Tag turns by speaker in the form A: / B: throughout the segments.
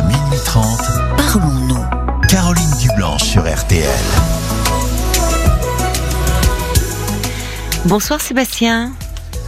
A: 18h30,
B: Parlons-nous.
A: Caroline Dublanche sur RTL.
B: Bonsoir Sébastien.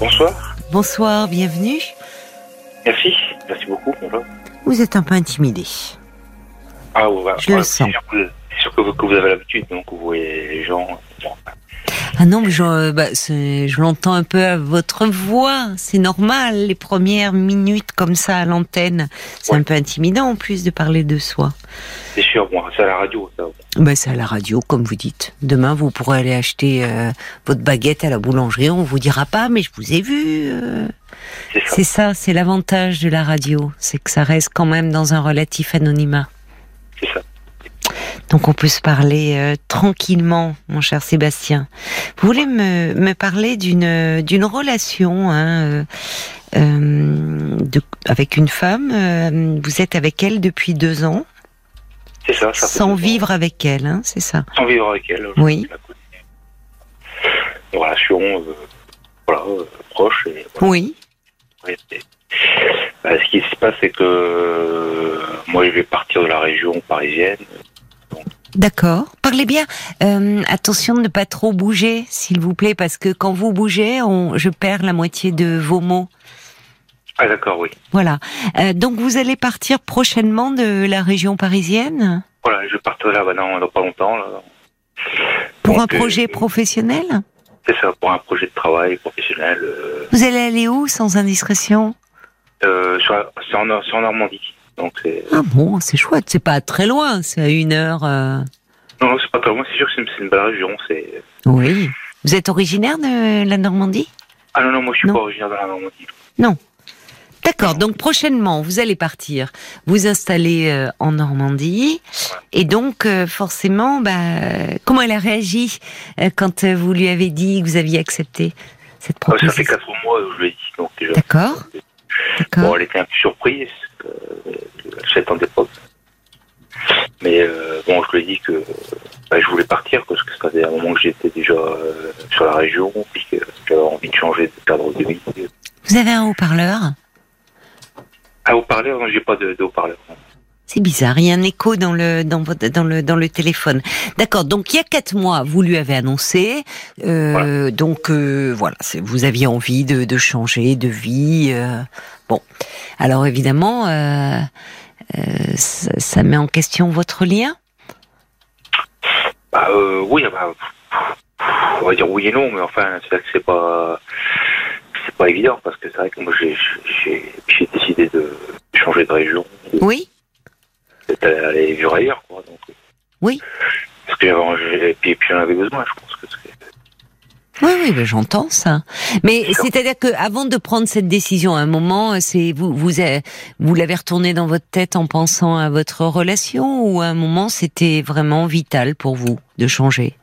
C: Bonsoir.
B: Bonsoir, bienvenue.
C: Merci. Merci beaucoup. Bonjour.
B: Vous êtes un peu intimidé.
C: Ah, ouais, ouais,
B: Je le
C: ouais,
B: sens.
C: C'est sûr que, c'est sûr que vous, que vous avez l'habitude, donc vous voyez les gens. Bon.
B: Ah non, mais je, euh, bah, c'est- je l'entends un peu à votre voix. C'est normal, les premières minutes comme ça à l'antenne. C'est
C: Ouais.
B: un peu intimidant en plus de parler de soi.
C: C'est sûr, bon, c'est à la radio, ça.
B: Bah, c'est à la radio, comme vous dites. Demain, vous pourrez aller acheter euh, votre baguette à la boulangerie. On vous dira pas, mais je vous ai vu. euh.
C: C'est ça.
B: C'est ça, c'est l'avantage de la radio. C'est que ça reste quand même dans un relatif anonymat.
C: C'est ça.
B: Donc on peut se parler euh, tranquillement, mon cher Sébastien. Vous voulez me, me parler d'une d'une relation hein, euh, euh, de- avec une femme. euh, vous êtes avec elle depuis deux ans,
C: C'est ça. ça fait deux
B: sans
C: ans.
B: vivre avec elle, hein, c'est ça
C: Sans vivre avec elle. je-
B: Oui.
C: je la connais. Une relation, euh, voilà, euh, proche. Et, voilà,
B: Oui.
C: ouais, c'est- Bah, ce qui se passe, c'est que euh, moi, je vais partir de la région parisienne.
B: D'accord. Parlez bien. Euh, attention de ne pas trop bouger, s'il vous plaît, parce que quand vous bougez, on, je perds la moitié de vos mots.
C: Ah, d'accord, oui.
B: Voilà. Euh, donc vous allez partir prochainement de la région parisienne
C: Voilà, je vais partir de là bah, dans, dans pas longtemps. Là.
B: pour
C: Donc,
B: un
C: euh,
B: projet professionnel
C: C'est ça, pour un projet de travail professionnel. euh,
B: Vous allez aller où sans indiscrétion
C: Euh, sur la- c'est en, Nor- c'est en Normandie. Donc, c'est-
B: Ah bon, c'est chouette, c'est pas très loin, c'est à une heure. euh,
C: non, non, c'est pas très loin, c'est sûr que c'est une, c'est une belle région. c'est-
B: Oui. Vous êtes originaire de la Normandie
C: Ah non, non, moi je suis
B: Non.
C: pas originaire de la Normandie.
B: D'accord, donc prochainement, vous allez partir, vous installer euh, en Normandie. Et donc, euh, forcément, bah, euh, comment elle a réagi euh, quand euh, vous lui avez dit que vous aviez accepté cette
C: Ah, ça fait
B: proposition
C: 4 mois que je lui ai dit. Donc, déjà,
B: D'accord. D'accord.
C: bon, elle était un peu surprise, euh, elle s'attendait pas. Mais euh, bon, je lui ai dit que euh, bah, je voulais partir parce que ça faisait un moment que j'étais déjà euh, sur la région, puis que j'avais envie de changer de cadre de vie.
B: Vous avez un haut-parleur
C: Ah, haut-parleur, non, j'ai pas de, de haut-parleur.
B: C'est bizarre, il y a un écho dans le dans votre dans le dans le téléphone. D'accord. Donc il y a quatre mois, vous lui avez annoncé. euh, Donc euh, voilà, c'est- vous aviez envie de, de changer de vie. euh, bon, alors évidemment, euh, euh, ça, ça met en question votre lien.
C: Bah euh, oui, bah, on va dire oui et non, mais enfin, c'est vrai que c'est pas c'est pas évident parce que c'est vrai que moi j'ai j'ai j'ai décidé de changer de région,
B: Oui.
C: d'aller vivre ailleurs, quoi. Donc, euh,
B: Oui.
C: Parce que j'avais j'ai- et puis, et puis j'en avais besoin, je pense que c'est-
B: Oui, oui, ben, j'entends ça. Mais
C: Sûr.
B: c'est-à-dire que avant de prendre cette décision, à un moment, c'est vous vous avez- vous l'avez retourné dans votre tête en pensant à votre relation ou à un moment c'était vraiment vital pour vous de changer.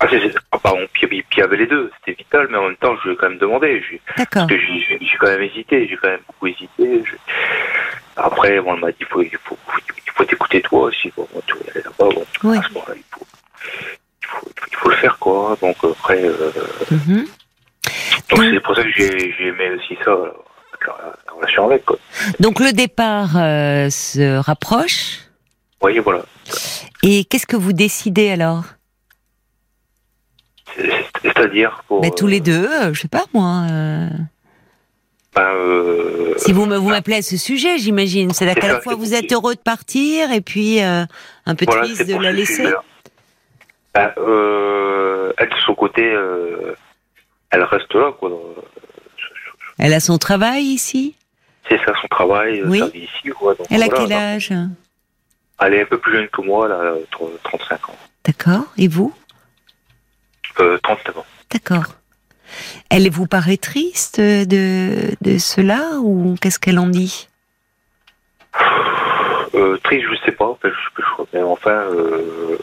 C: ah, c'est, c'est- ah, pardon, puis puis- puis il y avait les deux, c'était vital, mais en même temps je lui ai quand même demandé, j'ai
B: D'accord.
C: parce que j'ai- j'ai j'ai quand même hésité, j'ai quand même beaucoup hésité. je- Après, bon, elle m'a dit il faut il faut il faut t'écouter toi aussi, bon, tu veux aller là-bas, bon.
B: Oui.
C: à ce moment-là, il faut, il faut, il faut- il faut le faire, quoi. Donc après, euh,
B: Mhm.
C: donc
B: Oui.
C: c'est pour ça que j'ai j'ai aimé aussi ça, euh, la, la relation avec, quoi.
B: Donc le départ euh, se rapproche.
C: Vous voyez, voilà.
B: Et qu'est-ce que vous décidez alors
C: C'est- c'est- C'est-à-dire pour.
B: Ben, Tous les deux, euh, je sais pas moi. euh,
C: Ben, euh,
B: si vous me- vous m'appelez à ce sujet, j'imagine. C'est-à-dire
C: C'est
B: qu'à
C: ça,
B: la fois
C: c'est-
B: vous êtes heureux de partir et puis euh, un peu
C: voilà,
B: triste
C: c'est
B: de
C: pour
B: la
C: ce
B: laisser.
C: sujet-là. Ben, euh, elle, de son côté, euh, elle reste là, quoi.
B: Elle a son travail ici.
C: C'est ça son travail, euh,
B: Oui.
C: sa vie ici, quoi. Donc,
B: Elle a
C: voilà.
B: quel âge
C: Elle est un peu plus jeune que moi, là, 30 35 ans.
B: D'accord. Et vous
C: Euh, 39 ans.
B: D'accord. Elle vous paraît triste de, de cela ou qu'est-ce qu'elle en dit
C: Euh, triste, je sais pas, enfin, je, je crois, mais enfin, euh,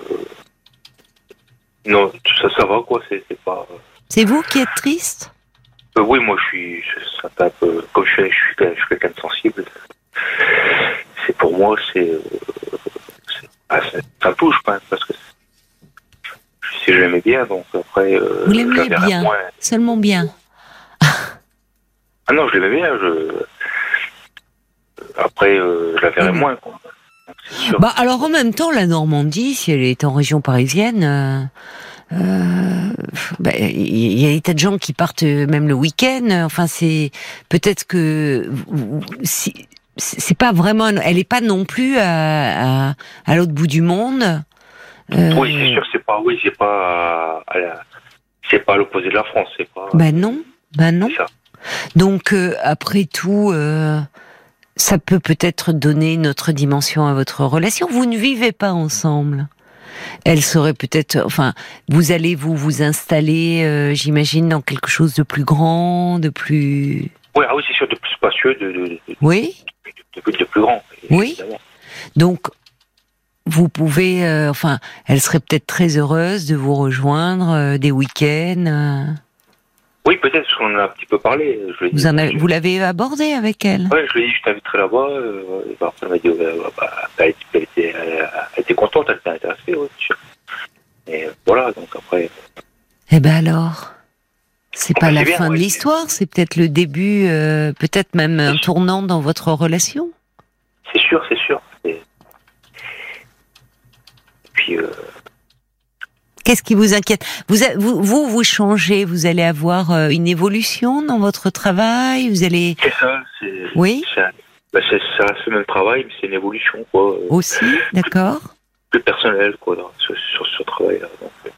C: non, ça, ça va quoi, c'est c'est pas.
B: C'est vous qui êtes triste
C: Euh, oui, moi je suis, je- ça fait un peu, comme je suis, je suis, je suis quelqu'un de sensible. C'est pour moi, c'est, euh, c'est- ah, c'est- ça me touche quand même parce que je sais, je l'aimais bien, donc après, euh,
B: Vous l'aimiez
C: je la verrai
B: bien.
C: moins.
B: Seulement bien.
C: Ah non, je l'aimais bien. Je... hein, Après, euh, je la verrai
B: Mhm.
C: moins. Quoi. sûr.
B: Bah alors en même temps, la Normandie, si elle est en région parisienne, euh, euh, bah, il y a des tas de gens qui partent euh, même le week-end. Enfin, c'est peut-être que si, c'est pas vraiment, elle n'est pas non plus à, à, à l'autre bout du monde. Euh,
C: Oui, c'est sûr, c'est pas, oui, c'est pas, à la- c'est pas à l'opposé de la France, c'est pas.
B: Bah non, bah non.
C: c'est ça.
B: Donc euh, après tout, euh, ça peut peut-être donner une autre dimension à votre relation. Vous ne vivez pas ensemble. Elle serait peut-être, enfin, vous allez vous vous installer, euh, j'imagine, dans quelque chose de plus grand, de plus,
C: Ouais, ah oui, c'est sûr, de plus spacieux, de, de, de,
B: oui.
C: de, de- de plus grand.
B: Oui.
C: évidemment.
B: Donc vous pouvez, euh, enfin, elle serait peut-être très heureuse de vous rejoindre euh, des week-ends. euh.
C: Oui, peut-être, parce qu'on en a un petit peu parlé. euh, Je l'ai
B: vous
C: dit,
B: en avez-
C: je-
B: vous l'avez abordé avec elle.
C: Ouais, je lui ai dit, je t'inviterai là-bas. Euh, et bah, après, elle m'a dit, euh, bah, bah, elle, était- elle était, elle- elle était contente, elle était intéressée, ouais, c'est sûr. Et euh, voilà, donc après,
B: Eh ben alors, c'est
C: Oh
B: pas
C: bah
B: la
C: c'est bien,
B: fin
C: ouais.
B: de l'histoire, c'est peut-être le début, euh, peut-être même un
C: sûr.
B: tournant dans votre relation.
C: c'est sûr, c'est sûr. Et, et puis, euh,
B: Qu'est-ce qui vous inquiète vous, a- vous, vous, vous changez, vous allez avoir euh, une évolution dans votre travail, vous allez
C: c'est ça, c'est
B: Oui.
C: c'est un- bah, c'est- ça reste le même travail, mais c'est une évolution, quoi, euh,
B: aussi, d'accord
C: plus personnelle, quoi, dans- sur, sur ce travail-là. donc, euh.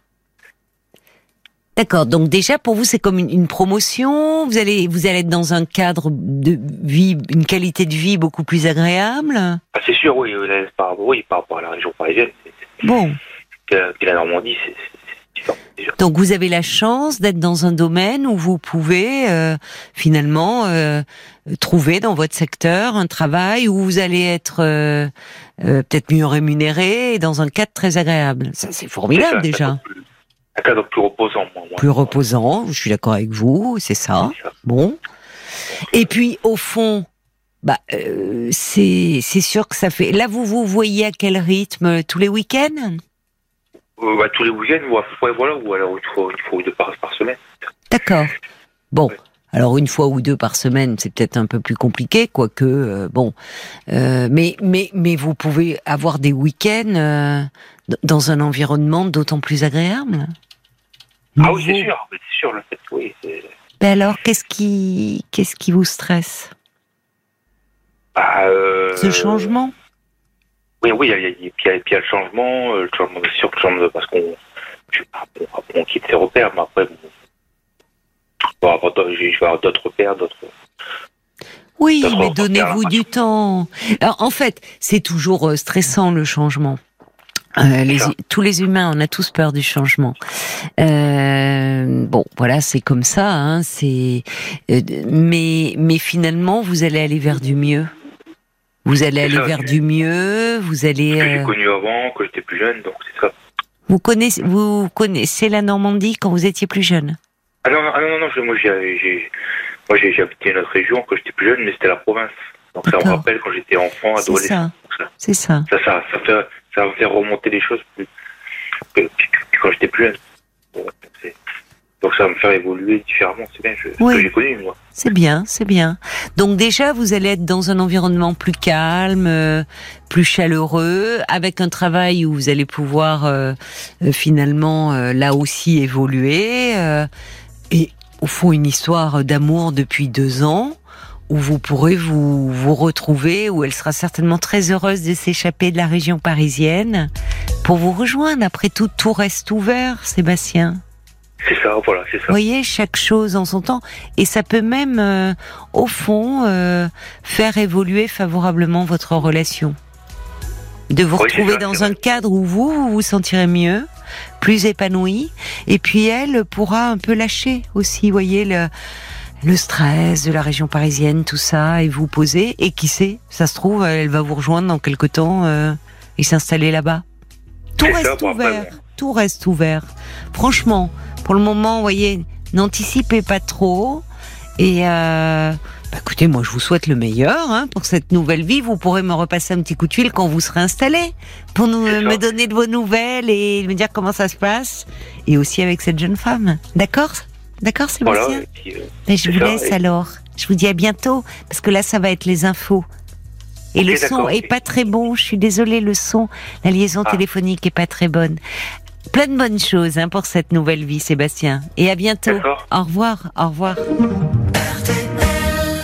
B: D'accord. Donc déjà pour vous c'est comme une, une promotion. Vous allez vous allez être dans un cadre de vie, une qualité de vie beaucoup plus agréable.
C: Ah, c'est sûr, oui, euh, là, par, oui, par rapport à la région parisienne, c'est-
B: Bon.
C: puis la, puis la Normandie, c'est c'est- c'est différent, c'est sûr.
B: Donc vous avez la chance d'être dans un domaine où vous pouvez euh, finalement euh, trouver dans votre secteur un travail où vous allez être euh, euh, peut-être mieux rémunéré et dans un cadre très agréable. Ça c'est
C: C'est
B: formidable
C: ça,
B: déjà.
C: Un cadre plus, un cadre plus reposant, moi. moi.
B: Plus reposant, je suis d'accord avec vous, c'est ça.
C: C'est ça.
B: Bon. Et puis au fond, bah euh, c'est c'est sûr que ça fait. Là vous vous voyez à quel rythme tous les week-ends
C: Euh, bah, tous les week-ends, ou à ouais, voilà, ou alors une fois, une fois ou deux par, par semaine.
B: D'accord. Bon.
C: Ouais.
B: Alors une fois ou deux par semaine, c'est peut-être un peu plus compliqué, quoique euh, bon, Euh, mais mais mais vous pouvez avoir des week-ends euh, d- dans un environnement d'autant plus agréable.
C: Ah oui, c'est
B: Nouveau.
C: sûr, mais c'est sûr, le fait, oui. c'est-
B: Ben alors qu'est-ce qui qu'est-ce qui vous stresse
C: Bah, euh,
B: Ce changement
C: Oui, oui, il y a- il y a- puis il y, a- puis il y a le changement, euh, le changement, c'est sûr, le changement, de- parce qu'on je- après, après, on quitte ses repères, mais après, bon, je vais avoir d'autres- je vais avoir d'autres repères, d'autres.
B: Oui,
C: D'accord,
B: mais
C: on va faire
B: donnez-vous
C: la
B: du temps. Alors, en fait, c'est toujours euh, stressant le changement. Euh, les-
C: ça.
B: tous les humains, on a tous peur du changement. Euh, bon, voilà, c'est comme ça. Hein, c'est, euh, mais mais finalement, vous allez aller vers du mieux. Vous allez
C: C'est
B: aller
C: ça,
B: vers
C: c'est-
B: du mieux. Vous allez.
C: que j'ai
B: euh,
C: connu avant, que j'étais plus jeune, donc c'est ça.
B: vous connaissez vous connaissez la Normandie quand vous étiez plus jeune.
C: Ah non, non, ah non, non, non, je- moi j'ai, j'ai, moi j'ai, j'ai habité une autre région quand j'étais plus jeune, mais c'était la province. Donc ça me
B: D'accord.
C: rappelle quand j'étais enfant,
B: C'est
C: adolescent.
B: ça. C'est ça.
C: Ça, ça, ça, fait, ça me fait remonter les choses plus que, que- que quand j'étais plus jeune. Bon, c'est- Donc ça va me faire évoluer différemment, c'est bien je,
B: Oui.
C: ce que j'ai connu, moi.
B: C'est bien, c'est bien. Donc déjà, vous allez être dans un environnement plus calme, euh, plus chaleureux, avec un travail où vous allez pouvoir euh, euh, finalement euh, là aussi évoluer, euh, et au fond une histoire d'amour depuis deux ans où vous pourrez vous, vous retrouver, où elle sera certainement très heureuse de s'échapper de la région parisienne pour vous rejoindre. Après tout, tout reste ouvert, Sébastien.
C: C'est ça, voilà, c'est ça.
B: Vous voyez, chaque chose en son temps. Et ça peut même, euh, au fond, euh, faire évoluer favorablement votre relation. De vous
C: Oui,
B: retrouver
C: c'est ça,
B: dans
C: c'est
B: un cadre où vous, vous vous sentirez mieux, plus épanoui. Et puis elle pourra un peu lâcher aussi, vous voyez, le, le stress de la région parisienne, tout ça, et vous poser. Et qui sait, ça se trouve, elle va vous rejoindre dans quelque temps euh, et s'installer là-bas. Tout
C: C'est ça,
B: reste
C: bon, après,
B: ouvert. Tout reste ouvert. Franchement, pour le moment, vous voyez, n'anticipez pas trop. Et euh, bah, écoutez, moi, je vous souhaite le meilleur hein, pour cette nouvelle vie. Vous pourrez me repasser un petit coup de fil quand vous serez installé pour nous,
C: C'est ça.
B: me donner de vos nouvelles et me dire comment ça se passe. Et aussi avec cette jeune femme. D'accord D'accord, Sébastien
C: Voilà, et puis, euh,
B: ben, je
C: C'est
B: vous
C: ça,
B: laisse
C: et-
B: alors. Je vous dis à bientôt, parce que là, ça va être les infos. Et Et
C: Ok,
B: le son
C: d'accord.
B: est pas très bon. Je suis désolée, le son, la liaison
C: Ah.
B: téléphonique est pas très bonne. Plein de bonnes choses hein, pour cette nouvelle vie, Sébastien. Et à bientôt.
C: D'accord.
B: Au revoir. Au revoir.